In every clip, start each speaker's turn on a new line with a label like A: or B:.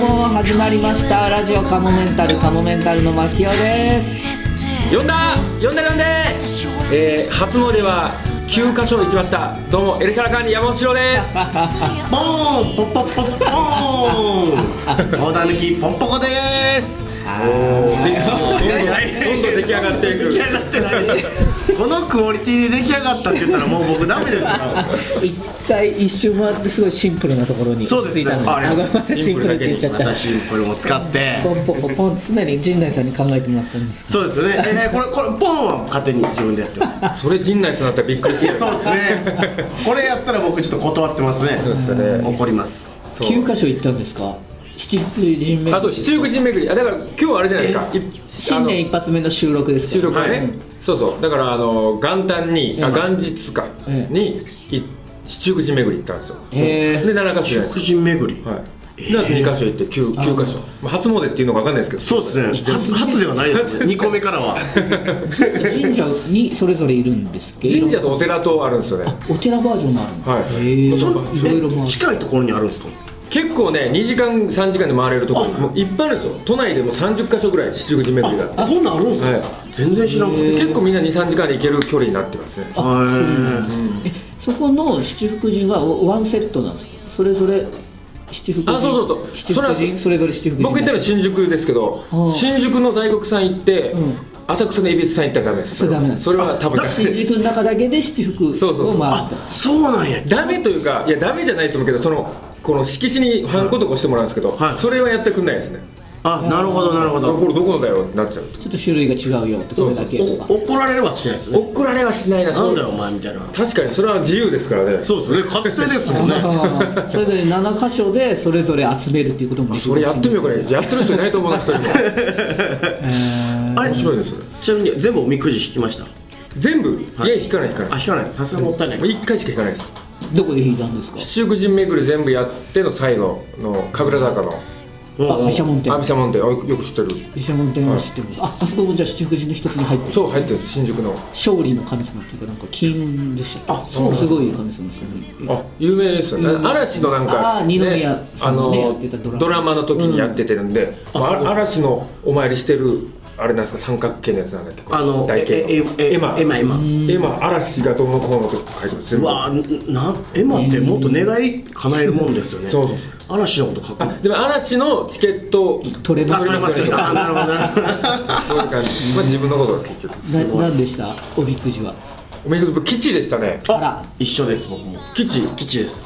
A: も始まりましたラジオカモメンタルカモメンタルの牧雄です
B: 呼んだ呼んで呼んで、えー、初詣は9カ所行きましたどうもエルシャラカンニ山本城です
C: ポーンポッポッポッポーン大田抜きポンポコです
B: どんどん出来上がっていく
C: 出来上がってないこのクオリティで出来上がったって言ったらもう僕ダメですよ
A: 一回一周回ってすごいシンプルなところに
C: そうです
A: 着い
C: ね
A: たのに
C: あ
A: あ
C: りがとう
A: ごめんなさいシンプルって言っちゃっ
C: また
A: た
C: シンプルも使って
A: ポンポコポン常に陣内さんに考えてもらったんですけ
C: そうですよねえねこれこれポーンは勝手に自分でやってます
B: それ陣内さんだったらびっくりす
C: い
B: る
C: やそうですねこれやったら僕ちょっと断ってますね
B: そうですよね
C: 怒ります
A: ど9箇所行ったんですか七人目
B: あそう七福神巡りあだから今日はあれじゃないですかい
A: 新年
B: あの
A: 一発目の収録です
B: 収録はね、
A: うん
B: そうそうだからあの元旦に、あ
A: うん
B: 元日か
A: ええ
B: に、い七福神巡り行ったんですよ、
A: へえ
B: で7カ所じゃないです
C: 食人巡り
B: か、はい、で2カ所行って 9, 9カ所、まあ、初詣っていうのか分かんないですけど
C: そうですね初初ではないですね2個目からは
A: 神社にそれぞれいるんですけど
B: 神社とお寺とあるんですよね
A: お寺バージョンもあるの、
B: はい
A: へえ
C: そ
A: いろいろも
C: え
A: ある
C: 近いところにあるんですか
B: 結構ね2時間3時間で回れるとこ
C: あ
B: もういっぱいあるんですよ都内でも30か所ぐらい七福神巡りがあって
C: あそんなんあるんですか、
B: は
C: 全然知らんかった
B: 結構みんな23時間で行ける距離になってますね
A: あ
C: へー
A: そうなんですねえそこの七福神はおワンセットなんですかそれぞれ七福神
B: あそうそうそう
A: 七福
B: それは
A: 神それぞれ七福神
B: 僕行ったら新宿ですけど
A: うん
B: 新宿の大黒さん行って
A: うん
B: 浅草の恵比寿さん行ったらダメです
A: それダメなんです
B: それは多分ダメ
A: 新
B: です
A: 宿の中だけで七福を回った
B: そうそうそう
C: あそうなんや
B: ダメというかいやダメじゃないと思うけどそのこの色紙にハンコとか押してもらうんですけど、
C: はい
B: それはやってくんないですね
C: あなるほどなるほ
B: これ
C: ど
B: どこのだよってなっちゃう
A: ちょっと種類が違うよってこれだけとか
C: お怒られるはしないですね
B: 怒られはしないな
C: な
B: そ
C: ん
B: う
C: だよお前みたいな
B: 確かにそれは自由ですからね
C: そうですね勝手ですもんね
A: あーそれぞれ7箇所でそれぞれ集めるっていうこともできる
B: それやってみようこれやってる人いないと思うな一人も
C: あれ
B: 面白いです
C: ちなみに全部おみくじ引きました
B: 全部、
C: はい
B: い、や引かない引か
C: あ
B: ない
C: 引かないですさすがもったいない
B: もう1回しか引かないです
A: どこで弾いたんですか
B: 七福神巡り全部やっての最後の神楽坂の
C: うん
A: あ毘沙門天
B: 阿弥陀門ってよく知ってる
A: 毘沙門天は知ってます、ああそこもじゃあ七福神の一つに入ってる
B: そう入ってる新宿の
A: 勝利の神様っていうかなんか金運でしたっけ
C: あそうなんだ
A: すごい神様ですよね
B: あ有名ですよね
A: 有名
B: 嵐のなんか、
A: あー二宮さ
B: あ
A: んの
B: の
A: ねやってたドラマ
B: ドラマの時にやっててるんで、まあ、嵐のお参りしてるあれなんですか三角形のやつなんだっけ
C: あの
B: 台形の
C: えええ
B: エマ
C: エマエマ
B: エマ嵐がどうのこうのとか書いてます全
C: う
B: 部
C: わーななエマってもっと願い叶えるもんですよね
B: そうそう
C: 嵐のこと書く
B: あでも嵐のチケット
A: 取れま
C: あ
A: す
C: それますよあなるほどなるほど
B: そういう感 じ、まあ、自分のことです結局
A: ななんでしたおみくじは
B: おめでとう基地でしたね
A: あら
C: 一緒です僕も
B: 基地
C: 吉です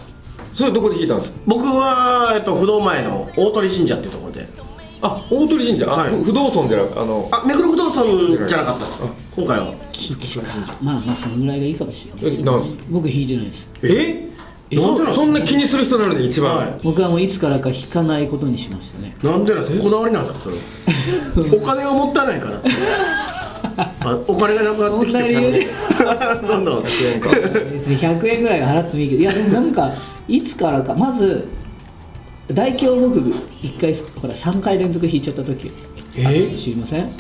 B: それどこで聞いたんですか
C: 僕は、えっと、不動前の大鳥神社っていうところで
B: あ大鳥神社あ、
C: はい
B: ふ不動尊であの
C: あ目黒不動産じゃなかったです今回は
A: 吉かまあまあそのぐらいがいいかもしれない
B: えなんです
A: 僕弾いてないです
B: え
C: えなんでなんで
B: そ
C: すか
B: そんな気にする人なのに一番、
C: は
A: 僕はもういつからか弾かないことにしましたね
C: なんでなんですかこだわりなんですかそれお金がもったいない からですあお金がなくなってきて
A: そんな理由で
C: どんど
B: なん
C: ん
B: か
A: 別に100円ぐらいは払ってもいいけどいやでもなんかいつからかまず大凶僕1回ほら3回連続弾いちゃった時
C: え
A: 知りません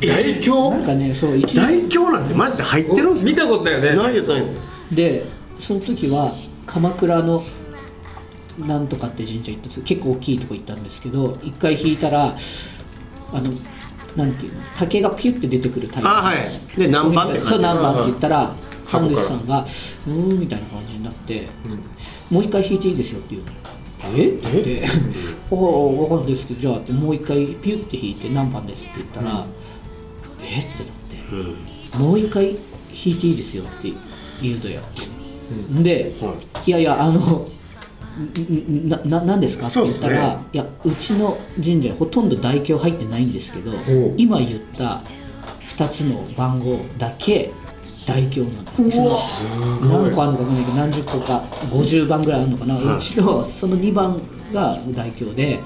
B: 大凶
A: なんかねそう一日
C: 大凶なんてマジで入ってるんで す
B: 見たことだよね
C: かないやつないです
A: でその時は鎌倉のなんとかって神社行ったんです結構大きいとこ行ったんですけど一回引いたらあのなんていうの竹がピュって出てくるタイプ
C: あはいで何番って書いて
A: そう何番って言ったら
B: 箱
A: 神
B: から
A: 主さんが「うーん」みたいな感じになって「もう一回弾いていいですよ」っていうえって言 って「おお分かるんですけどじゃあ」ってもう一回ピュって弾いて「何番です」って言ったら「えっ?」てなって
C: うん
A: もう一回弾いていいですよって言うとよ、で、、
C: はい
A: やいやあのんんなななんですかって
C: そう
A: 言
C: っ
A: っ
C: す
A: た
C: ね
A: ら、いやうちの神社ほとんど大凶入ってないんですけど
B: う
A: 今言った2つの番号だけ大凶なんです
C: うわ
A: その何個あるのか分かんないけど何十個か50番ぐらいあるのかな、
C: はいう
A: ちのその2番が大凶で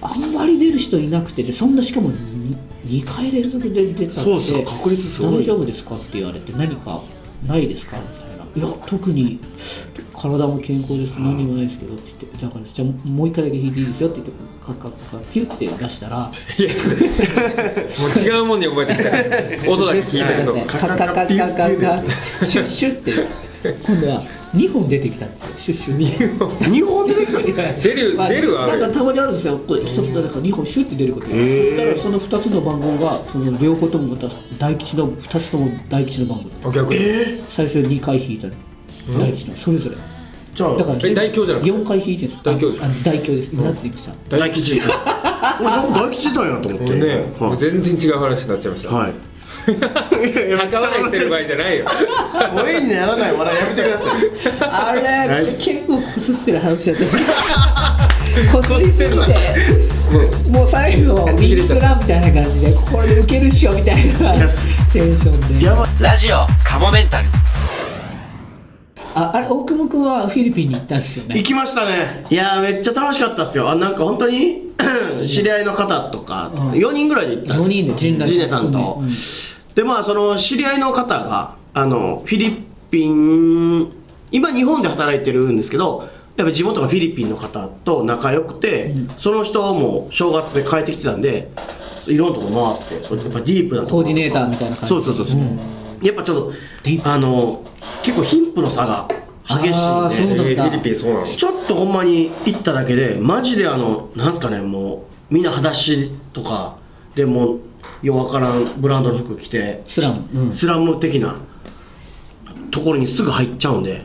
A: あんまり出る人いなくてでそんなしかも2回連続で出たって
C: そうっすよ確率すごい
A: 大丈夫ですかって言われて何かないですかみたいないや特に体も健康です何もないですけどって言ってだからじゃあもう一回だけ弾いていいですよって言ってカッカッカッカピュって出したら
B: いやもう違うもんに覚えてきた音だけ聞いてると
A: カッカッカッカッカッカッシュッシュッって今度は2本出てきたんですよシュッシュ2本
C: 日本で
B: 出る出るわ
A: なんかたまにあるんですよこれ一つだから2本シュッて出ることそ
C: へー
A: したらその2つの番号がその両方ともまた大吉の2つとも大吉の番号で
B: お逆に
C: え
A: 最初2回引いたの大吉のそれぞれ
C: じゃあ
A: だから
B: え大凶じゃなくて
A: 4回引いてるんです
B: 大凶です
A: ああ大凶です夏できさん
C: 大吉 俺なんか大吉だよと思って
B: ね
C: はい
B: 全然違う話になっちゃいました
C: はい
B: 墓笑いしてる場合じゃないよ
C: 声にならない笑いやめてください
A: あ
C: 大
A: れ
C: 丈夫
A: 結構こすってる話だっ たこすりすぎ
B: こ
A: てもう最後ウィンクラみたいな感じでこれでウケるっしょみたいない
C: や
A: テンションで
C: やばい
D: ラジオカモメンタル
A: ああれ大久保君はフィリピンに行ったんですよね
C: 行きましたねいやーめっちゃ楽しかったっすよあなんか本当 に知り合いの方とか、
A: うん
C: 4人ぐらいで行ったんで
A: 4
C: す
A: 人で陣内
C: 陣内さんと、
A: うん
C: でまあその知り合いの方があのフィリピン今日本で働いてるんですけどやっぱ地元がフィリピンの方と仲良くて、
A: うん
C: その人も正月で帰ってきてたんでいろんなとこ回ってそれやっぱディープなとこ
A: コーディネーターみたいな感じ
C: そうそうそうそう、
A: うん
C: やっぱちょっ
A: ディープ
C: とあの結構貧富の差が激
A: あー
C: しい
A: そ
C: ん
A: う
C: で
A: なんだ
B: えーフィリピンそうなの
C: ちょっとほんまに行っただけでマジであのなんすかねもうみんな裸足とかでもうようわからんブランドの服着て
A: スラムうん
C: スラム的なところにすぐ入っちゃうんで、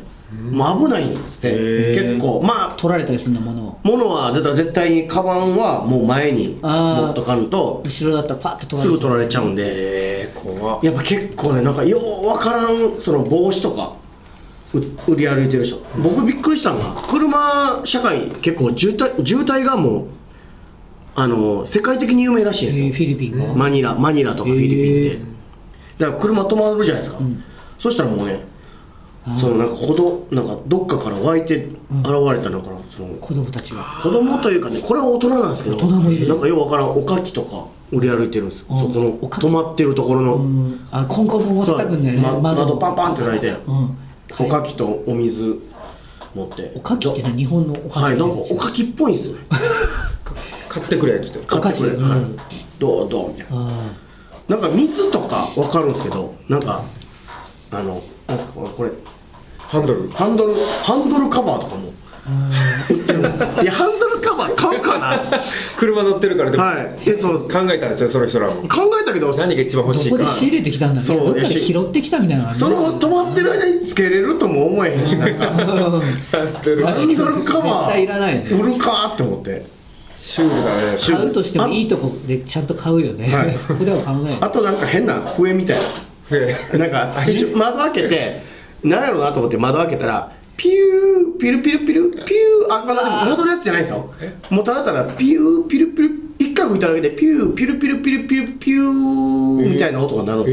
C: もう危ないんですって結構まあ
A: 取られたりするんだものを
C: 物は絶対絶対にカバンはもう前に
A: あー
C: 持っとかんと
A: 後ろだったらパッて取ら
C: す
A: れ
C: ぐ取ら
A: れ
C: れちゃうんで。
B: えー怖っ
C: やっぱ結構ねなんかようわからんその帽子とかう売り歩いてる人僕びっくりしたのが車社会結構渋滞渋滞がもうあの世界的に有名らしいんですよ、
A: フィリピンが
C: マニラマニラとかフィリ
A: へ
C: ピン
A: ー
C: ってだから車止まるじゃないですか、
A: ん
C: そしたらもうね
A: あー
C: そのなんか歩道なんかどっかから湧いて現れたのかな、その
A: 子供たちが
C: 子供というかねこれは大人なんですけど
A: 大人もいる
C: なんかようわからんおかきとか売り歩いてるんですそ
A: あー
C: この
A: おかき
C: 止まってるところの、
A: うんあコンコンコンコン叩くんだよね
C: そうま窓パンパンって叩いて
A: うん
C: おかきとお水持って
A: おかきってね日本のおかき
C: はい
A: みた
C: ないん
A: な
C: かおかきっぽいんですよね
B: 買ってくれって言って
A: おかしい
C: 買ってく
A: う
C: れ
A: ん
C: はいどうどうみたいな
A: あ
C: なんか水とかわかるんですけどなんかあのなんですかこれ
B: ハンドル
C: ハンドルハンドルカバーとかも
A: ー
C: 売ってるんです よいやハンドルカバー買うかな
B: 車乗ってるからでも
C: はいえそう
B: 考えたんですよその人らも
C: 考えたけど
B: 何が一番
A: うん
B: 欲し
A: ど
B: い
A: こ
B: か
A: で仕入れてきたんだね
C: そう
A: どっかで拾ってきたみたいなのがね
C: その止まってる間につけれるとも思えへんしなんか
A: うん
B: ハンド
A: 確
B: ル
A: か
C: ハ
A: に
C: ンドルカ
A: 絶
C: バ
A: 対いらないね
C: ー売るかって思って
B: シュールだね
C: シュ
A: 買うとしてもいいとこでちゃんと買うよね、
C: はい
A: そこでは買わない
C: あとなんか変な笛みたいな
B: えー
C: なんか一応窓開けて何やろうなと思って窓開けたらピューピルピルピルピューあこれ戻るやつじゃないんですよもうただただピューピルピル一回吹いただけでピューピルピルピルピルピューみたいな音が鳴るんで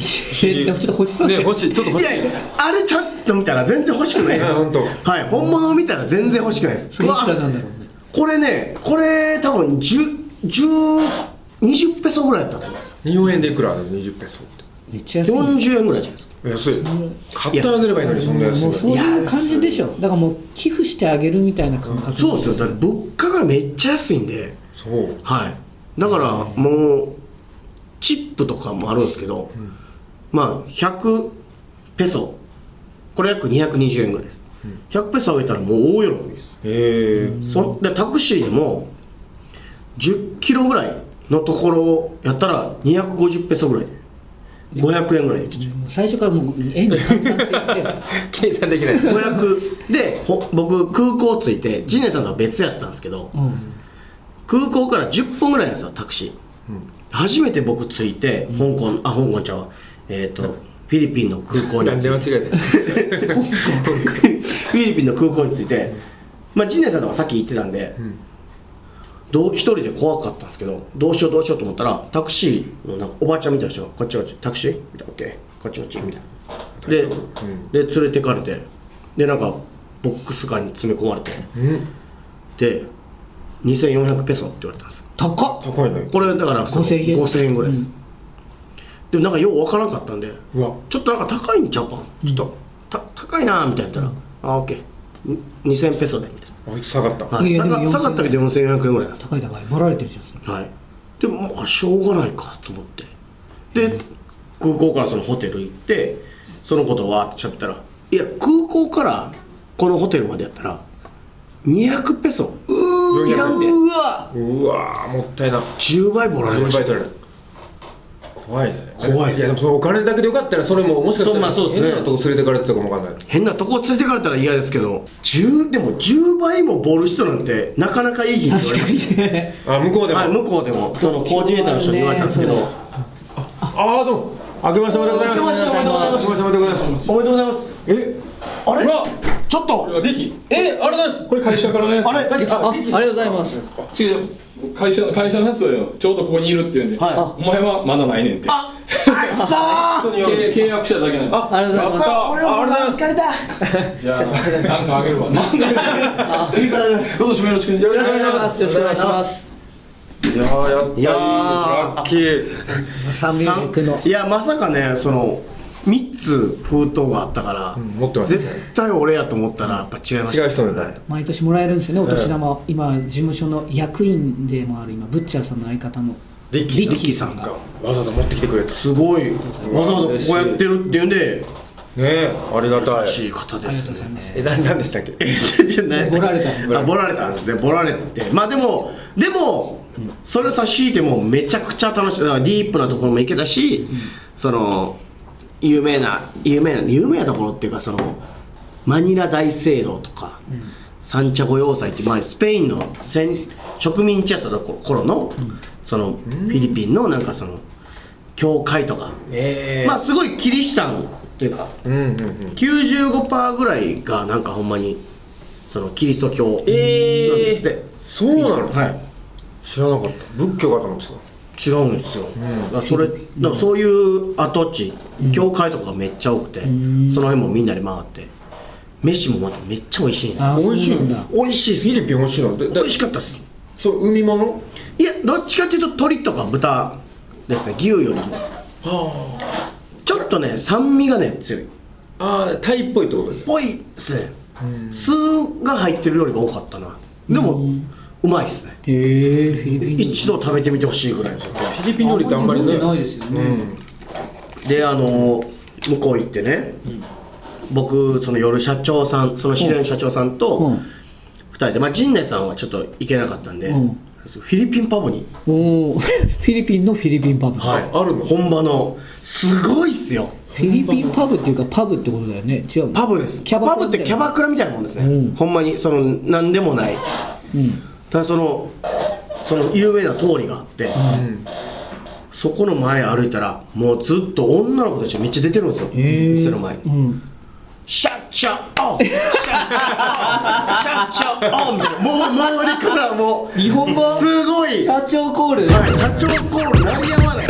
C: すよ、
B: え
A: えなんかちょっと欲しそう
B: ね
A: で、
B: 欲しいちょっと欲
C: い
B: しい
C: やいやあれちゃんと見たら全然欲しくないです
B: あ 本当
C: はい本物を見たら全然欲しくないです
A: 作り
C: わ
A: 方なんだろうね
C: これねこれ多分10 10 20ペソぐらいだったと思います
B: 日本円でいくらなの20ペソって
A: めっちゃ安い
C: 40円ぐらいじゃないですか
B: 安い買ってあげればいいのにそんな安い
A: もうそう
B: の
A: いう感じでしょだからもう寄付してあげるみたいな感覚
C: そうですよだから物価がめっちゃ安いんで
B: そう
C: はい、だからもうチップとかもあるんですけど、まあ100ペソこれ約220円ぐらいです100ペソあげたらもう大喜びです、
B: へえ
C: そんでタクシーでも10キロぐらいのところをやったら250ペソぐらい500円ぐらいで行けちゃう
A: もう最初からもう円に換算していって
B: 計算できない
C: 500でほ僕空港着いてジネさんとは別やったんですけど
A: うん
C: 空港から10分ぐらいなんですよタクシー初めて僕着いて香港、あ香港ちゃうわえっ、と、フィリピンの空港に
B: 何
C: 着
B: で
C: い
B: 間違えて
C: てフィリピンの空港に着いて、まあ、陣内さんとかさっき言ってたんで、
B: ん
C: どう一人で怖かったんですけどどうしようどうしようと思ったらタクシーのなんかおばあちゃんみたいな人がこっちこっちタクシーみたいなオッケーこっちこっちみたいなで,、
B: ん
C: で連れてかれてでなんかボックスカーに詰め込まれて
B: うん
C: で2400ペソって言われたんですよ
A: 高っ
B: 高いね
C: これだからその
A: 5000円
C: 5000円ぐらいです、
A: うん
C: でもなんかようわからんかったんで
B: うわ
C: ちょっとなんか高いんちゃうかちょっと、た高いなみたいな言ったら「あオッケーん2000ペソで」みたい
B: あいつ下がった
C: な、はいい、
A: やで
C: 下
A: も
C: が下がったけど4400円ぐらいなんです
A: 高い高いもられてるじゃんそれ
C: はいでもまあしょうがないかと思ってで空港からそのホテル行ってそのことわーって喋ったら「いや空港からこのホテルまでやったら200ペソうーいらんで
B: 400
A: わ
B: うわーもったいな
C: 10倍もられま
B: 先
C: した
B: 輩取る怖いね
C: 怖いです
B: やでもそのお金だけでよかったらそれももしかし
C: そう
B: た
C: まあ
B: ら
C: そうですね
B: 変なとこ連れてかれてたかもわかんない
C: 変なとこついてかれたら嫌ですけど10でも10倍もボール人なんてなかなかいい日に言わ
A: 確
C: れ
A: か
C: た
A: にね
B: あ向こうでも
C: はい、向こうでもそのコーディネーターの人に言われたんですけど、
A: ね
B: ああどうも明けましておめでとうございます
C: 明けましておめでとうございます
B: 明けしておめでとうございます
C: おめでとうございます
B: え
C: あれ
B: うわ
C: ちょっ
E: ことれはできえあれなんですこれ会社からのやつ
C: あれ
E: マジ
A: あありがとうございます
E: 違う会社会社のやつだよちょうどここにいるって言うんで、
C: はい
E: あお前はまだないねんって
C: さあ
E: 契契約者だけなんだ
A: ありがとうございます
E: あ
A: 俺は
E: あありがとうご
A: 疲れた
E: じゃあなんかあげるわなんだどうぞよろしく
A: よろしくお願いしますよろしくお願いします
B: いやーやった
C: いやー
B: ラッキー
A: サンミュージックの
C: いやまさかねその3つ封筒があったから、
B: 持ってますね
C: 絶対俺やと思ったらやっぱ違いました
B: 違う人じゃない
A: 毎年もらえるんですよねお年玉、今事務所の役員でもある今ブッチャーさんの相方の
C: リッキーさん
A: が
B: なんかわざわざ持ってきてくれたね
C: すごいわざわざこうやってるっていうんで
B: えありがた
C: 優
B: い
C: しい方で
A: ありが
C: す
A: とうございます
B: えななんでしたっけ
A: ボラれた
C: あボラれたんですねボラれてまあでもでもそれを差し引いてもめちゃくちゃ楽しいだからディープなところも行けたし、その有名な有名な有名なところっていうかそのマニラ大聖堂とか、サンチャゴ要塞って前スペインの先植民地やったとこ頃の、そのフィリピンのなんかその教会とか、
B: え
C: まあすごいキリシタンというか
B: うんうんうん
C: 95%ぐらいがなんかほんまにそのキリスト教なんですって、
B: そうなの
C: はい
B: 知らなかった仏教かと思ってた
C: 違うんですよ、だからそれだからそういう跡地、教会とかがめっちゃ多くて、
A: ん
C: その辺もみんなで回って飯もまためっちゃ美味しいんですよ
A: あ
B: 美味しい
A: そうなんだ
B: 美味しいですフィリピン美味しいので
C: 美
B: だ
C: 味しかったです
B: そう海物
C: いやどっちかっていうと鶏とか豚ですね牛よりもちょっとね酸味がね強い
B: ああタイっぽいってことです
C: ぽいですね酢が入ってる料理が多かったなでも、うまいですね
A: へえフィリピン
C: 一度食べてみてほしいぐらいですよこれは
B: フィリピン料理ってあんまり
A: 日
B: ね
A: 本でないですよね
B: うん
C: であの向こう行ってね、僕その夜社長さんその知り合いの社長さん
A: う
C: と
A: ん
C: 2人で、まあ、陣内さんはちょっと行けなかったんで、
A: うん
C: フィリピンパブに、
A: おー フィリピンのフィリピンパブ、
B: あるの
C: 本場のすごいっすよ
A: フィリピンパブっていうかパブってことだよね違うの
C: パブです
A: キャバ
C: パ
A: ク
C: ブ
A: ラ
C: っ
A: みたいな
C: てキャバクラみたいなもんですね、
A: うん
C: ほんまにその何でもない
A: うん
C: ただそのその有名な通りがあって、そこの前歩いたらもうずっと女の子たちが道出てるんですよ
A: へえ
C: 店の前に
A: うん
C: シャッシャッオンシャッシャッオンシャッシャッオンみたいなもう周りからもう
A: 日本語
C: すごい、は
A: 社長コール、
C: い、社長コール鳴りやまない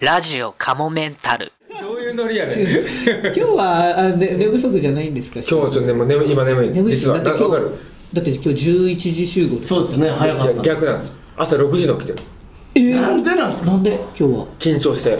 D: ラジオカモメンタル
B: どういうノリやねん今
A: 今日はあね寝不足じゃないんですか
B: 日ちょっとねもう 眠い今眠い
A: 眠いっす
B: 実は
A: だ
B: な
A: って
B: わ
A: 今
B: か
A: 日
B: る
A: だって今日11時集合です
C: そうですね
B: い
C: 早か
B: や
C: った
B: 逆なんです朝6時に起きてる
A: えー
C: なんでなんすか
A: なんで今日は
B: 緊張して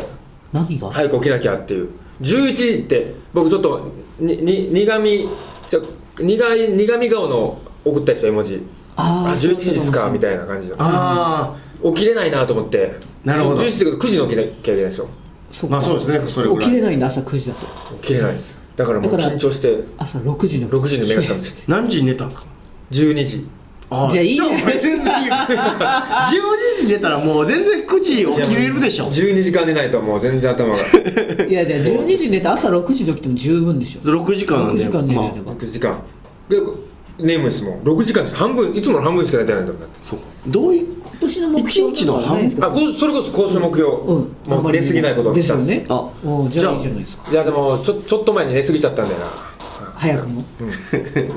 A: 何が、
B: 早く起きなきゃっていう11時って僕ちょっとにに苦みちょ苦い苦み顔の送った人絵文字
A: あー
B: あ11時ですかみ
A: い
B: たいな感じの
C: あ
B: 起きれないなと思って
C: なるほど
B: 11時ってこと9時に起きなきゃいけないでしょ
A: そ
C: あ
A: っか
C: まあそうですねそれぐ
A: 起
C: ら
A: きれ
C: い
A: ないんだ朝9時だと
B: 起きれないですだからもう
A: だから
B: 緊張して
A: 朝6時の
B: 6時に目が覚めちゃって
C: 何時に寝たんですか
B: 12時
C: あ ー
A: じゃあいいよ
C: でも俺全然いいよ12時に寝たらもう全然9時起きれるでしょ
B: 12時間寝ないともう全然頭が
A: いやいや12時に寝て朝6時に起きても十分でしょ
C: 6時間なん
A: 6
C: で
A: 時間寝
C: ま
A: れ
C: あ
A: れば、
B: 6時間で眠いですもん6時間です半分いつもの半分しか寝てないんだもんだって
C: そうかどういう
A: 今年の目標なんかないです
B: あ
A: か
B: こうそれこそ今週の目標、
A: うんあん
B: も
A: ま
B: う
A: り
B: 出過ぎないことを
A: です
B: した
A: よ
B: ん
A: ね
C: あ
A: おじゃあいいじ
C: じゃ
A: ゃ
C: あ
A: ないですか
B: いやでもちょちょっと前に寝過ぎちゃったんだよな
A: 早くも
B: う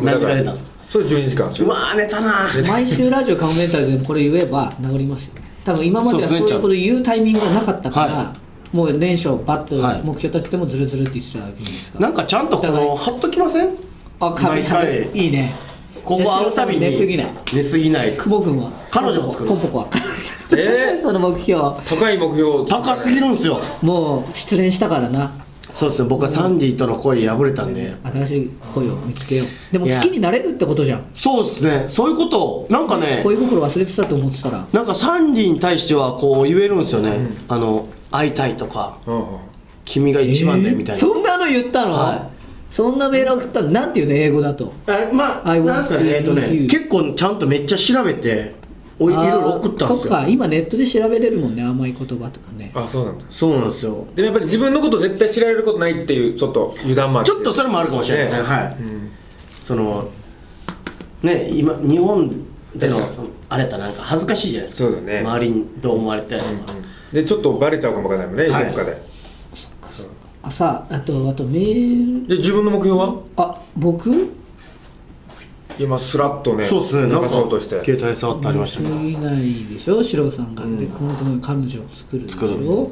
B: ん
C: 何時間寝たんですか
B: それ12時間です
C: う
B: よ
C: わー寝たなー
A: 毎週ラジオカモメンタルでもこれ言えば治りますよね多分今までは
C: そ
A: そうう
C: ですね
A: いうこと言うタイミングがなかったから、
C: は
A: もう年初バッ
C: はい
A: と目標立ててもズルズルって言ってたわけじゃないですか、
C: なんかちゃんとこの貼っときません
A: あ髪
C: 毎回
A: いいね
C: ここ会うたびに
A: 寝すぎない
C: 寝すぎない
A: 久保君は
C: 彼女も作る
A: ポンポコは
B: えー
A: その目標
B: 高い目標
C: 高すぎるんですよ
A: もう失恋したからな
C: そうですね僕はサンディとの恋破れたんで
A: 新しい恋を見つけようでも
C: いや
A: 好きになれるってことじゃん
C: そうですねそういうことをなんかね
A: 恋心忘れてたと思ってたら
C: なんかサンディに対してはこう言えるんですよね、あの会いたいとか君が一番だよみたいな、
A: そんなの言ったの、
C: は
A: そんなメール送ったのなんていうの英語だと
C: えまあ
A: I want
C: なんすかね
A: to
C: えっとね
A: meet you
C: 結構ちゃんとめっちゃ調べておいい
A: あー
C: ろいろ送ったんです
A: そっ
C: よ
A: か今ネットで調べれるもんね甘い言葉とかね
B: あそうなんだ
C: そうなんですよ
B: でもやっぱり自分のこと絶対知られることないっていうちょっと油断もあ
C: ちょっとそれもあるかもしれないですねはい
B: うん
C: そのね今日本で
B: 確
C: の
B: かに
C: そのあれやったらなんか恥ずかしいじゃないですか
B: そうだね
C: 周りにどう思われたりとか、
B: でちょっとバレちゃうかもわかんないもんね、
C: はい
B: どっかで
A: あさあとあとメール
B: で自分の目標は
A: あ僕
B: 今スラッとね
C: そうですねなん
B: 流
C: か
B: そうとして
C: 携帯触ってありましたけど
A: 見過ぎないでしょ四郎さんが、
B: うん
A: でこの子の彼女を作るでし
C: 作る
A: ょ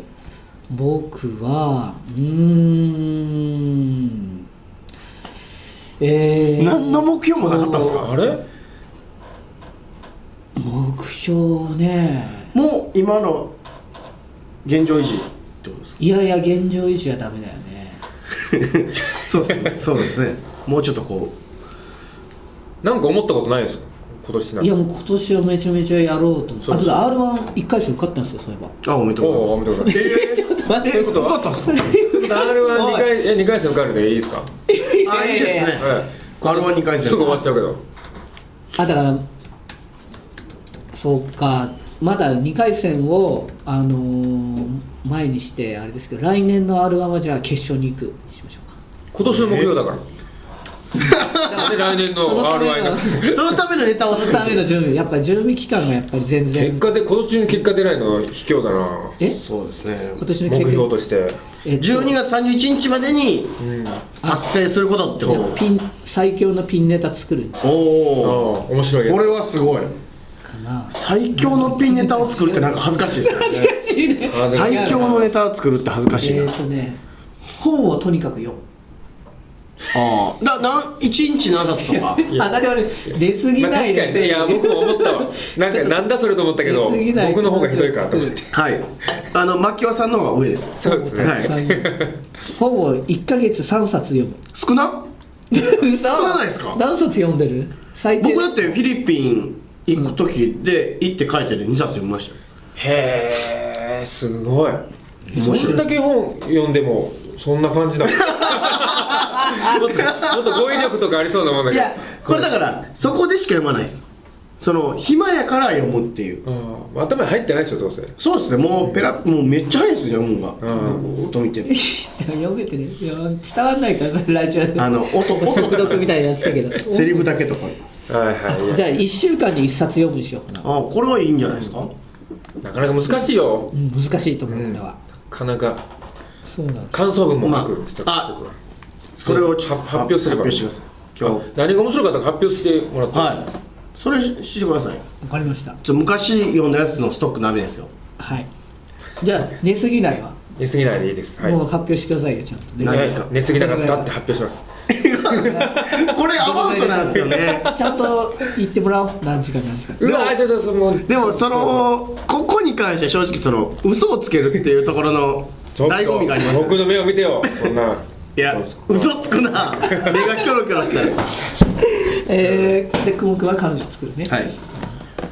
A: 僕はうーんえー、
C: 何の目標もなかったんですか
B: あれ
A: 目標ね
C: もう今の現状維持ってことですか
A: いやいや現状維持はダメだよね
C: そうですねそうですねもうちょっとこ
B: なんか思ったことないですか今年なん
A: い
B: か
A: やもう今年はめちゃめちゃやろうと思って
B: そう
A: あ
B: そ
A: と
B: う
A: r 1一回戦受かったんですよそういえば
C: うあおめでとう
B: お
C: ご
B: お
C: ざい
B: めでとうございます
A: ちょっと待って
B: えこと は
C: ますえ
B: ちょ っと R12 回え二回戦受かるでいいですか
C: ああいいですね
B: は
C: r 1 2回
B: い
C: 戦
B: すぐ終わっちゃうけど
A: あだからそうかまだ2回戦を、あのー前にしてあれですけど来年の r 1はじゃあ決勝に行くにしましょうか
B: 今年の目標だから、で 来年
A: その
B: の
A: ため
B: R1
A: の
B: が
C: そのためのネタ
A: そ
C: を
A: の
C: 作
A: ための
C: る
A: 準備やっぱり準備期間がやっぱり全
B: 結
A: 然
B: 果で今年の結果出ないのは卑怯だな
A: え
C: そうですね
A: 今年の
B: 目
A: 結
B: 標として
A: えっと
C: 12月31日までに達成することってこ
A: じゃあ
C: と
A: ピン最強のピンネタ作るんです
C: お
B: ああ
C: お
B: 面白いけど
C: これはすごい
A: かな
C: 最強のピンネタを作るってなんか恥ずかしいですね
B: あでも
C: 最強のネタを作るって恥ずかしい
A: え
C: な
A: っとね本をとにかく読む
C: ああだなん一日何冊とか
A: あだからね出過ぎ
B: まあ、
A: ない
B: 確か
A: で
B: に
A: す
B: ねいや僕も思った わなん
A: ちょ
B: か
A: っと
B: なんだそれと思ったけ
A: 出
B: ど
A: 過ぎない
B: 僕の方がひどいかと思って
C: はいあの牧雄さんの方が上です
B: そうですね、
C: はい
A: 本を1か月3冊読む
C: 少な
A: 嘘
C: 少ないですか
A: 何冊読んでる最低
C: 僕だってフィリピン行く時で行って書いてて2冊読みましたよ
B: へえすごい
C: 面
B: そ
C: 白
B: ん
C: い
B: だけ本読んでもそんな感じだ もんもっともっと語彙力とかありそうなもんだ
C: い
B: けど
C: やこれだからそこでしか読まないですその暇やから読むっていう
B: うん頭に入ってないでしょどうせ
C: そうですねもうペラもうめっちゃ早いですよ読むのが
B: うん
C: うん音見て
A: 読めてねいや伝わんないからそれラジオで
C: あの音音
A: 速読みたいなやつだけど
C: セリフだけとか
B: はいはい
A: じゃあ1週間に1冊読むにしようかな、
C: ああこれはいいんじゃないですか
B: なかなか難しいよ
A: うん、難しいと思うこれ
B: な
A: は、
B: かなか
A: そうなんです
B: 感想文も書くんです
C: まああそれをちょっと
B: は発表すれば
C: 発表してください今日
B: 何が面白かったか発表してもらって
C: はいそれししてください
A: わかりました
C: ちょ昔読んだやつのストックダメですよ
A: はいじゃあ寝すぎないわ、
B: 寝すぎないでいいですはい
A: もう発表してくださいよちゃんとね
C: 何
B: 寝寝すぎなかったって発表します
C: これアバウトなんですよね
A: ちゃんと言ってもらおう何時間何時間
B: うわちょっとその
C: でもそのここに関しては正直その嘘をつけるっていうところの
B: ちょっと
C: 醍醐味があります
B: 僕の目を見てよこんな
C: いや嘘つくな目がキョロキョロしてる
A: えー、で久保君は彼女作るね、
C: はい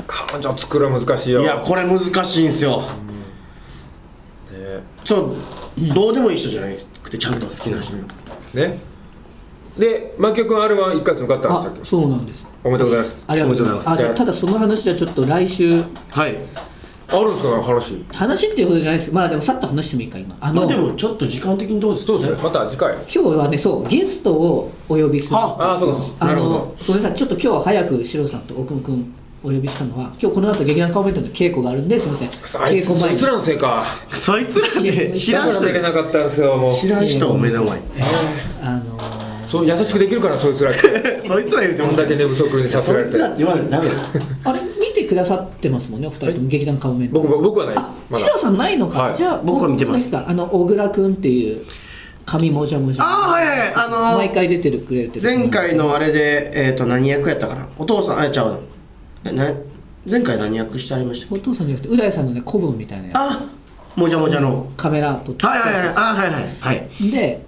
B: 彼女作るの難しいよ
C: いやこれ難しいんですよ
B: ね
C: そうどうでもいい人じゃなくてちゃんと好きな人
B: ねで牧く君 r 1一回戦受かったん
A: あ
B: でしたっ
A: そうなんです
B: けおめでとうございます
A: ありがとうございます
B: おめ
A: あ
B: で
A: じゃあ
B: とう
A: た
B: ございま
A: だその話はちょっと来週
C: はい
B: あるんですか話
A: 話っていうことじゃないですまあでもさっと話してもいいか今あ
C: ま
A: の、
C: あでもちょっと時間的にどうです
B: そうですねまた次回
A: 今日はねそうゲストをお呼びする
C: あ
B: あそうだ
A: あ
B: なるほ
A: の
B: ど
A: ごめんなさいちょっと今日は早くシロさんと奥野君お呼びしたのは今日この後劇団顔弁当の稽古があるんですいません
B: あい
A: 稽古
B: つそ
A: 前
B: い
A: に
B: つらのせいか
C: そいつらで知
B: だか
C: らん
B: ら
C: 人
B: できなかったんですよもう
C: 知らん人を目の前に
A: あの
B: そう優しくできるからそいつらって
C: そいつら言うて
B: ど
C: も
B: ん だけ寝不足にさせられて
C: て言われてダメです
A: あれ見てくださってますもんねお二人とも劇団顔面
B: 僕は僕はないで
A: あ
B: すま
A: シロ
B: だ
A: さんないのか、
B: はい
A: じゃあ
C: 僕は見てます
A: かあの小倉君っていう髪もじゃもじゃ
C: ああはいはいあのー
A: 毎回出てるくれてる
C: 前回のあれで、えー、と何役やったかなお父さんあちゃうえな前回何役してありました
A: お父さんじゃなくてう大さんのね古文みたいなやつ
C: あもじゃもじゃの
A: カメラ撮って
C: はいはいはいあはいはいはい
A: で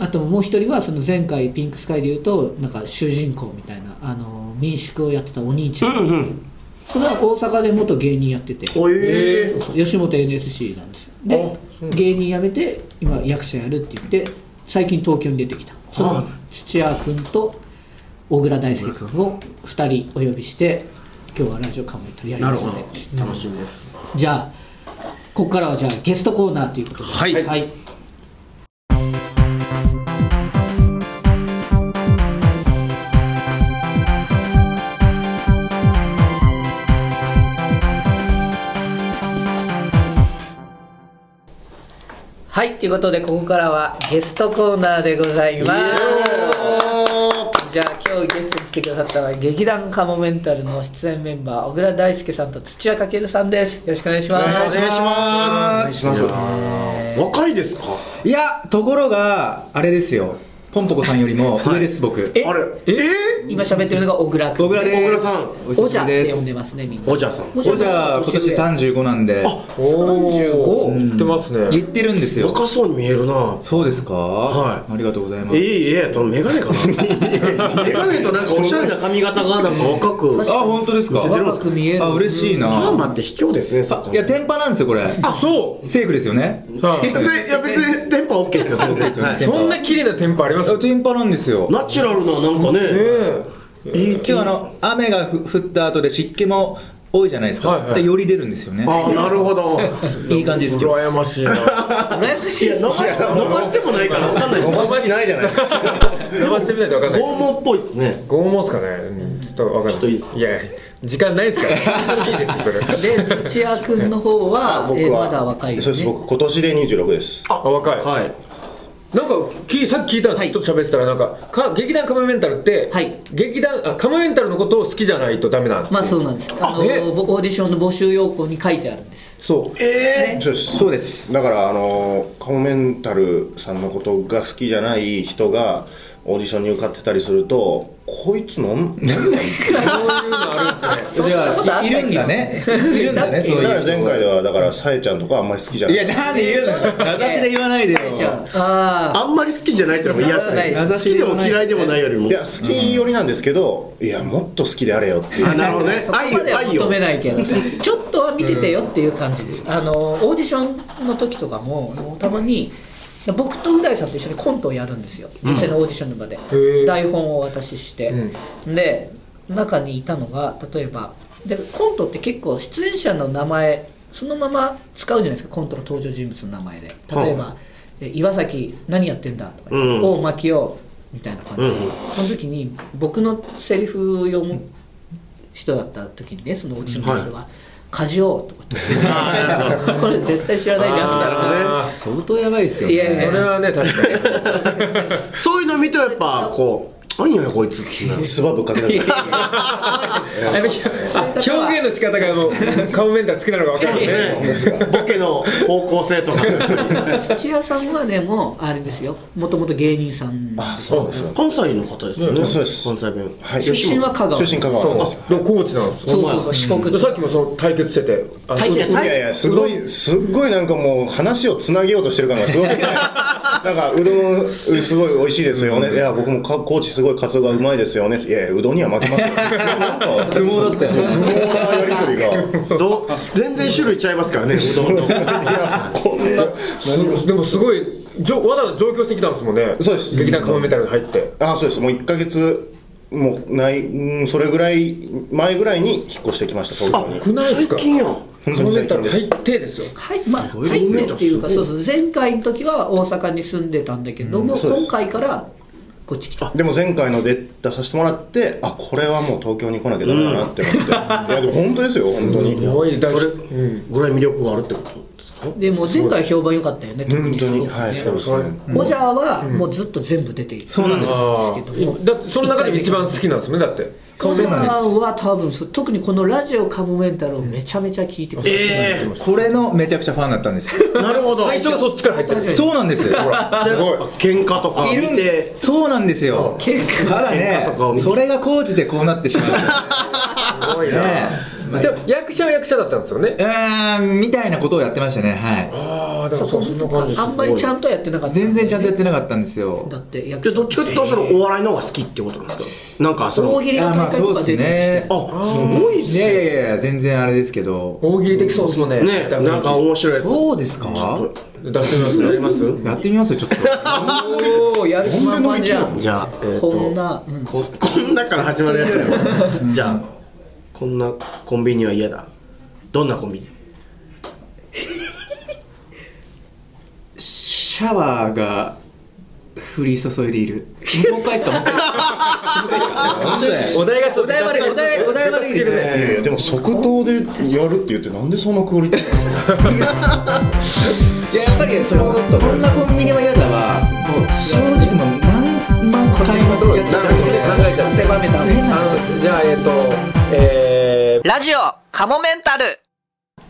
A: あともう一人はその前回ピンクスカイで言うとなんか主人公みたいなあの民宿をやってたお兄ち
C: う
A: ゃん、
C: んうん
A: それは大阪で元芸人やってて
C: おえ
A: そうそう吉本 NSC なんですよで芸人辞めて今役者やるって言って最近東京に出てきたそ
C: は
A: の
C: い
A: 土屋君と小倉大輔君を2人お呼びして今日はラジオカモメンタルや
C: ー
A: り
C: な
A: ま
C: る
A: す
C: ほ
A: の
C: ど
A: で
C: 楽しみです
A: じゃあここからはじゃあゲストコーナーということで
C: は
A: はいはい、
F: はい、ということでここからはゲストコーナーでございます。じゃあ今日ゲストに来てくださったのは劇団カモメンタルの出演メンバー小倉大輔さんと土屋翔さんです。よろしくお願いします。
C: お願いしま
G: します
C: す若いですか
G: いやところがあれですよポンポコさんよりも上です僕え
C: あれえ
F: 今喋ってるのが小倉君。
G: 小倉です
C: 小倉さん
G: お
F: お
G: 久
F: じ
G: し
F: ゃっ
G: ぶり
F: て
G: で
F: 呼んですますねみんな。
C: おじゃさん
F: お
G: おじゃ今年
F: 三
G: 35なんで
B: おお言ってます
G: 言
B: ね
G: ってるんですよ
C: 若そうに見えるな
G: そうですか
C: はい
G: ありがとうございます
C: いいえとメガネか なメガネとなんかおしゃれな髪型がなんか若く
G: あ本当ですか
C: 見せてるんです
F: 若く見える。
G: あ嬉しいな
C: パーマって卑怯ですねそ
G: あ
C: こ
G: いや天パなんですよこれ
B: あそう
G: セーフですよね
B: はい
C: いや別 に電波 OK ですよ全然ですよね
B: そんな綺麗なテンポあります
G: あ天パなんですよ
C: ナチュラルななんかね
B: え
G: 今日あの雨がふ降った後で湿気も多いじゃないですか、
B: はいはい
G: でより出るんですよね
C: ああなるほど
G: いい感じですけど
B: 羨ましいな
F: 羨まし
C: い
F: い
C: や
F: で
C: 伸
F: す。
C: ばして伸ばしてもないからわかんない
E: 伸ばす気ないじゃないですか
B: 伸ばしてみないと分かんない
C: 拷問っぽいですね
B: 拷問っすかね、うんちょっと分かんない
C: ちょっといいですか
B: いやいや時間ないですからいいですよそれ
F: で土屋君の方はえ ー
E: 僕は
F: まだ若いよね。
E: そうです僕今年で26です
B: あ若い
C: はい
B: なんかきさっき聞いたんです、
F: はい
B: ちょっと喋ってたらなんかか劇団カモメメンタルって、
F: はい
B: 劇団あカモメンタルのことを好きじゃないとダメなん
F: まあそうなんです。あの
B: え
F: ぼオーディションの募集要項に書いてあるんです。
B: そう
F: ね
E: そうです
G: そうです
E: だからあのカモメンタルさんのことが好きじゃない人がオーディションに受かってたりするとこいつ のだ
B: そういうのあるん
F: そんなこ
B: ですね
G: で
F: とあっ
G: は
F: たっ
G: い
F: け
G: いるんだねいるんだねそういう
E: から前回ではだからさえちゃんとかあんまり好きじゃない
G: いやなんで言うのよ名指しで言わないでよ
F: じゃああ
C: あんまり好きじゃないってのも嫌です
F: な
C: ね
F: いです
C: 好きでも嫌いでもないよりも
E: いや好き寄りなんですけど、いやもっと好きであれよっていう
C: あなるほどね
F: そこ
C: 愛
F: まで
C: を
F: は
C: 愛
F: 求
C: を
F: めないけどちょっとは見ててよっていう感じです、あのオーディションの時とかもたまに僕とう大さんと一緒にコントをやるんですよ実際のオーディションの場で、
B: ー
F: 台本をお渡しして、で中にいたのが例えばでコントって結構出演者の名前そのまま使うじゃないですかコントの登場人物の名前で例えば、え岩崎何やってんだとか、
C: うん
F: 大巻をみたいな感じで、
C: うん
F: その時に僕のセリフ読む人だった時にねそのオーディションの人が「梶尾」とか言ってこれ絶対知らないじゃんみたいな
C: あーなるほどね
B: あ
G: 相当やばいですよね
F: いやい
B: ーそ
F: や
B: れはね確かに
C: そういうの見てやっぱこう何やねんこいつってなる
E: 唾ぶっかけたり
B: やっぱりあ表現の仕方がもうカモメンタル好きなのが分かるね
C: ねボケの方向性とか
F: 土屋さんはねもうあれですよもともと芸人さん
E: あそうですよ
C: 関西の方ですよね
E: そうです
C: 関西弁
E: はい
F: 出身は香川
E: 出身香川なんですよ
B: でもコーチなんですよ
F: そうそうそう四国
B: でさっきもその対決しててあ
C: 対決
E: いやいやすごいすっごいなんかもう話をつなげようとしてる感がすご くてなんかうどんうすごい美味しいですよね、いや僕もか高知すごいカツオがうまいですよねいやいやうどんには負けますよなんか
G: 不 毛だったよね
E: 無謀なやり取りが
C: どう全然種類ちゃいますからねうどん と
E: こんな
B: でもすごいじょわざわざ上京してきたんですもんね
E: そうです
B: 劇団カモメンタルに入って
E: あそうですもう1か月もうない、うん、それぐらい前ぐらいに引っ越してきました東京に
B: 少ないですか
C: 最近や
E: 本
B: カ
E: 当
B: モ
E: に
B: メン
E: 最
B: タル
E: 近で
B: 入
E: す
B: ってですよ
F: はい、まあ、入ってっていうか、そうそう、前回の時は大阪に住んでたんだけども、
E: そうです
F: 今回から。こっち来た。
E: でも前回ので出させてもらってあこれはもう東京に来なきゃダメだなって思って、いやでも本当ですよ本当に
B: すごい大
C: それ
B: うん
C: ぐらい魅力があるってことですか
F: でも、前回評判良かったよね、特
E: 本
F: に
E: 当
F: すご
E: に
F: く
E: はい
F: ね
E: そう。ですね
F: オジャーは、もうずっと全部出ている。そうなんです
B: あ
F: けども。
B: ーだってその中で一番好きなんですよねだって
F: カモ
G: そうなんです
F: は多分そう特にこのラジオカモメンタルをめちゃめちゃ聞いてくれてる、
C: え
G: これのめちゃくちゃファンだったんです
C: えなるほど
B: 最初がそっちから入ってる
G: そうなんですほら
B: すごい
C: 喧嘩とか
G: いるん
C: 見て
G: でそうなんですよ
F: 喧嘩
G: ただ
C: 喧嘩
G: ね
C: とかを見て
G: それが高知でこうなってしまう
B: すごい
G: ね
B: な
G: え
B: でも役者は役者だったんですよね
G: うーんみたいなことをやってましたねはい
B: ああだか
A: そ
B: らそ
A: うん
B: な感じ
A: あんまりちゃんとやってなかった、
G: 全然ちゃんとやって
A: な
G: なかったんですよ
A: だって役
C: じゃあ
A: 者
C: どっちかっていうとそのお笑いの方が好きってことなんですかなんかその
A: 大喜利の大会とか出てましたよ
C: あすごいっ
G: い
C: す
G: やい
C: ね
G: やいやいや全然あれですけど
B: 大喜利できそうですもんね
C: ねなんか面白いやつ
G: そうですか
B: 出せます
C: や
B: ね
C: ります
G: やってみますよちょっと
A: おおやる気満々じゃん
C: じゃあえーと
A: こんな、うん、
C: ここんなから始まるやつやろじゃあこんなコンビニは嫌だどんなコンビニ
G: シャワーが降り注いでいるもう一回ですかもう一回ですかもう一回ですか本当だよ
B: お題がちょっ
G: お
B: と
G: 題までお題お題までいいですね
E: いやいやでも即答でやるって言ってなんでそんなクオリティ
G: いややっぱりそのこんなコンビニは嫌だわもう正直もう何万回もやっちゃった
B: なるほど考えちゃう
A: 狭めた
G: 変な
B: あのじゃあえっ、とえ
H: ラジオカモメンタル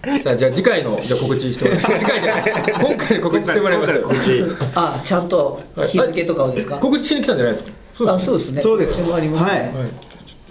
B: ー、じゃあ次回のじゃあ告知してもらいます次回で今回で告知してもらいます
C: 告知
A: あちゃんと日付とかをですか、
B: 告知しに来たんじゃないですかそう
A: あそうですね
G: そうです
A: それもありますね、
G: はい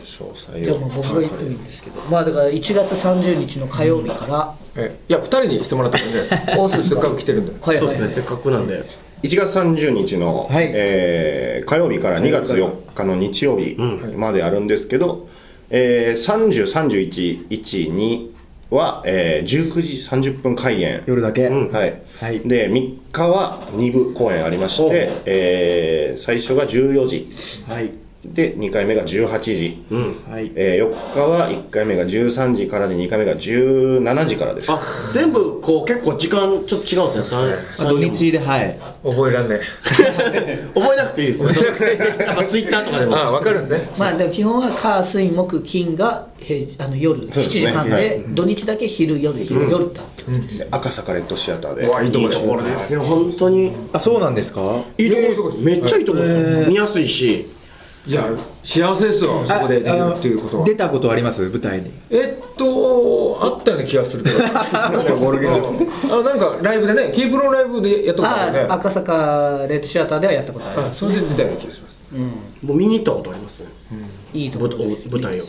E: 詳細
A: じゃあもう僕が言ってもいいんですけど、まあだから1月30日の火曜日から、
B: えいや二人にしてもらったもんね
A: おそうです
B: せっ
A: か
B: かく来てるんで
A: はい
C: そう
A: は
C: で
A: いは
C: すね
A: い
C: せっかくなんで
E: 1月30日の、
G: はい
E: えー火曜日から2月4日の日曜日まであるんですけど、えー、303112は、えー、19時30分開演、
G: 夜だけ、
C: ん
E: はい
G: はい
E: で3日は2部公演ありまし
C: ほう
E: て、えー最初が14時
G: はい
E: で2回目が18時、
C: うん
G: はい
E: えー4日は1回目が13時からで2回目が17時からです
C: あ全部こう結構時間ちょっと違うんですね
G: まあ土日ではい
B: 覚えらんね
C: 覚えなくていいですよ
B: 覚えなくていい
C: ツイッターとかでも
B: ああ分かるんですね
A: まあでも基本は火水木金が平あの夜
E: そ
A: 7
E: うですね
A: 時半で
E: はい
A: 土日だけ昼夜昼夜だって、
E: で 赤坂レッドシアターで
B: うわいいとこ
C: いい
B: で
C: ところですよ本当に
G: あそうなんですか
C: いいとこです
B: いいとこです
C: めっちゃいいとこですよ見やすいし
B: じゃあ幸せですよそこで出るっていうことは
G: 出たことあります舞台に
B: えっとあったような気が するけどあなんかライブでねキープロライブでやったことあ
A: あ
B: るよね
A: 赤坂レッドシアターではやったことある、
B: あそれで出たような気がします
C: もう見に行ったことありますね
A: いいとこ
C: 舞
A: ろです
C: 舞台を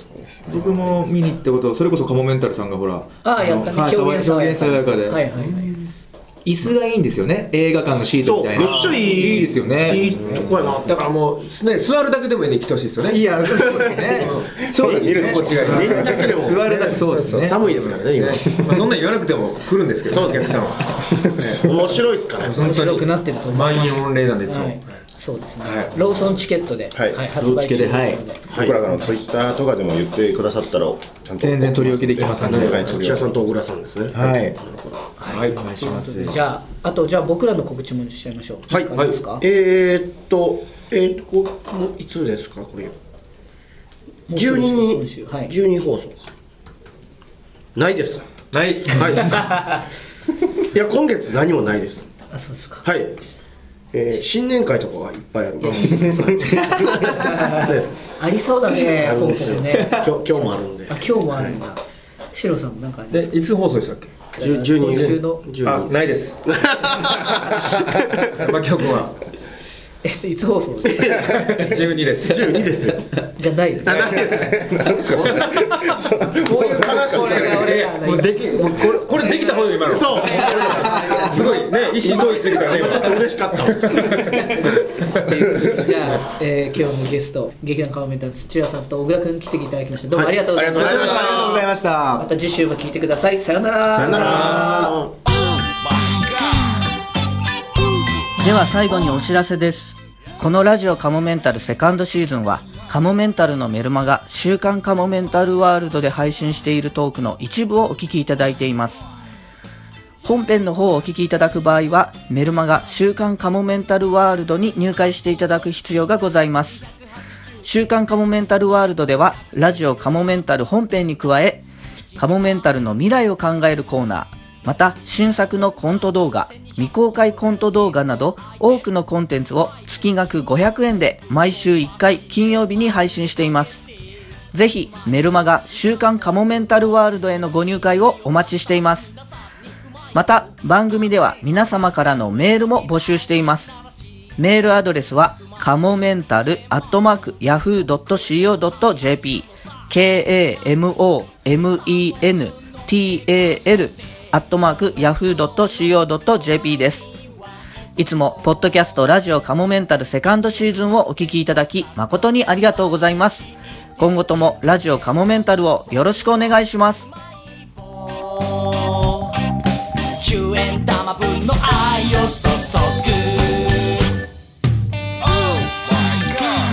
G: 僕も見に行ったことそれこそカモメンタルさんがほら
A: ああやった
G: は
A: ね
G: い
A: 表現さ
G: 表現された中で、
A: はいはいはい
G: 椅子がいいんですよね映画館のシート
C: そ
G: み
C: う
G: た
C: め
G: い
C: っ
G: な
C: ちゃいい
G: いいですよね
C: いいとこやな
B: だからもう、ね、座るだけでもいいね来てほしいですよね
G: いやそうですねそうですね
E: 見るとこ違う
C: 見るだけでも
G: 座るだけそうですね
C: 寒いですからね今
B: ねまあ、そんなん言わなくても来るんですけど、お客さんは。
C: 面白いですからね
B: 本
A: 面
B: 当
A: 白く
B: に
A: なってると思います
B: 満員御礼なんで、いつも。
A: はい、そうですね、
B: はい
A: ローソンチケットで、
E: はい
A: 発売中ですの
G: ローソンチケで
E: 僕らのツイッターとかでも言ってくださったらちゃんと
G: 全然取り置きできますんで
E: お願い取
C: 土
E: り
C: 屋
E: 置き
C: さんと小倉さんですね
G: はい
B: はい、
G: お
B: は
G: 願
B: い
G: いします
A: じゃああとじゃあ僕らの告知もしちゃいましょう
C: はい
A: 何かありますか、
C: えー、っと、えー、っと、ここいつですか、これ。
A: もうそう
C: 12
A: です
C: に
A: 今週、はい
C: 12放送か。ないです。
B: ない、
C: はい。いや、今月何もないです。
A: あそうですか
C: はい。えー、新年会とかがいっぱいある。 そうです
A: ありそうだね
C: あるん
A: ポン
C: で
A: ポ
C: すよ
A: ンね
C: 今日今日もあるんで
A: あ。今日もあるんだシロさんもなんかありま、
B: ですいつ放送でしたっけ。
C: 10 12
A: 今週の
B: あ、
C: 12
B: ないです。まきお君は。
A: えっといつ放送ですか
B: 十二です。十二です。
A: じゃないです
C: あないです
E: なんですかそれそこういう話
A: これが俺らの
B: もうでき、もうこれ、これできた方が今の。
C: そう。
B: すごいね、一心同意してきたね、
C: 今ちょっと
B: 今。
C: 嬉しかった。
A: じゃあ、えー今日のゲスト劇団顔面タイム土屋さんと小倉君来ていただきましたどうもありがとうございました、
C: ありがとうございました
G: ありがとうございました
A: また次週も聞いてくださいさよならさよ
C: なら。
I: では最後にお知らせです。このラジオカモメンタルセカンドシーズンは、カモメンタルのメルマが週刊カモメンタルワールドで配信しているトークの一部をお聞きいただいています。本編の方をお聞きいただく場合は、メルマが週刊カモメンタルワールドに入会していただく必要がございます。週刊カモメンタルワールドでは、ラジオカモメンタル本編に加え、カモメンタルの未来を考えるコーナー、また新作のコント動画、未公開コント動画など、多くのコンテンツを月額500円で毎週1回金曜日に配信しています。ぜひ、メルマガ週刊カモメンタルワールドへのご入会をお待ちしています。また、番組では皆様からのメールも募集しています。メールアドレスは、かもめんたる、アットマーク、yahoo.co.jp、 k-a-m-o-m-e-n-t-a-l アットマーク yahoo.co.jp です。いつも、ポッドキャストラジオカモメンタルセカンドシーズンをお聞きいただき、誠にありがとうございます。今後ともラジオカモメンタルをよろしくお願いします。
A: 10円玉分の愛を注ぐ Oh my god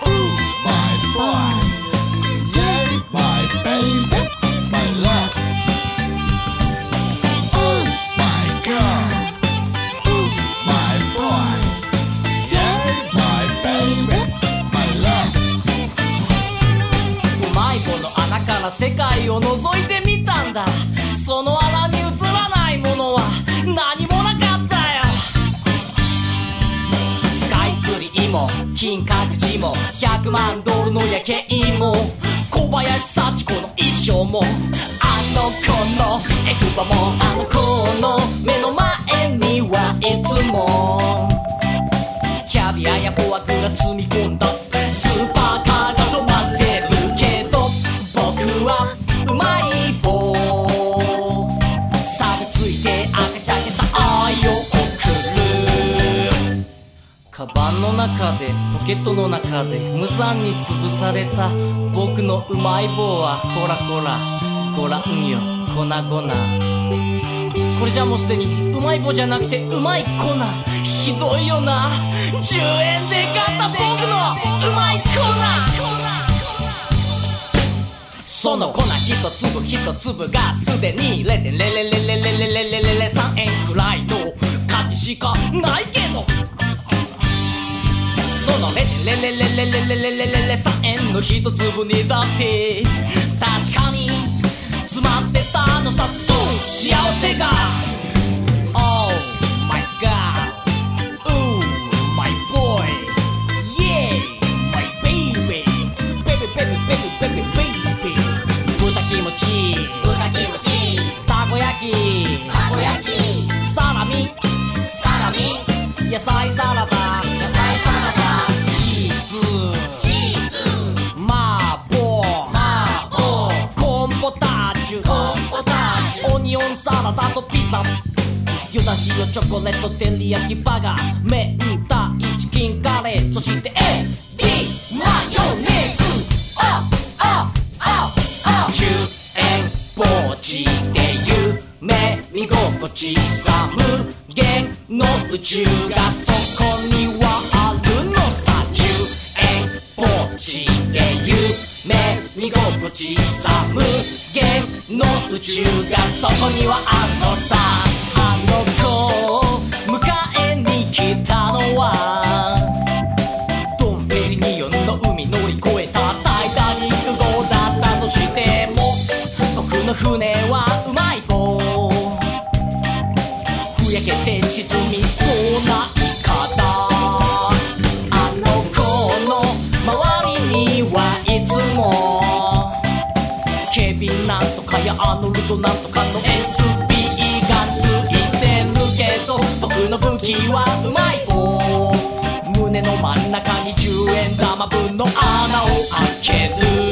A: Oh my boy Yay my baby My love Oh my god Oh my boy Yay my baby My love うまい棒の穴から世界を覗いてみたんだその穴に映らないものは何もなかったよスカイツリーも金閣寺も100万ドルの夜景も小林幸子の衣装もあの子のエクバもあの子の目の前にはいつもキャビアやフォアグラ積み込んだスーパーカーが止まってるけど僕はうまい棒サブついて赤ちゃけた愛を送るカバンの中でポケットの中で無残に潰された僕のうまい棒はこらこらご覧よ粉々これじゃもうすでにうまい棒じゃなくてうまい粉ひどいよな10円で買った僕のうまい粉その粉一粒一粒がすでにレレレレレレレレレレレレ3円くらいの価値しかないけどそのレレレレレレレレレレレ3円の一粒にだって確かに詰まってたのさそう幸せが Oh my god Ooh my boy Yeah my baby Baby baby baby baby baby 豚キムチ
J: 豚キムチ
A: たこ焼き
J: たこ焼き
A: サラミ
J: サラミ
A: 野菜サラダ
J: 野菜サラダ
A: チーズ
J: チーズ
A: 麻婆
J: 麻婆
A: コーンポタージュ
J: コーンポタージュ
A: オニオンサラダとピザ湯だしをチョコレート照り焼きバーガー明太チキンカレーそして A
J: ビマヨネーズオオオ
A: 10円ポーチで夢見心地さ無限の宇宙がそこにはあるのさ10円ポーチで夢見心地さ無限の宇宙がそこにはあるのさあの子を迎えに来たのはドンペリニオンの海乗り越えたタイタニック号だったとしても僕の船はうまい棒ふやけて沈みそうなイカだあの子の周りにはいつも警備なんとかやアーノルドなんとかの SB がついてるけど僕の武器はうまい棒胸の真ん中に10円玉分の穴を開ける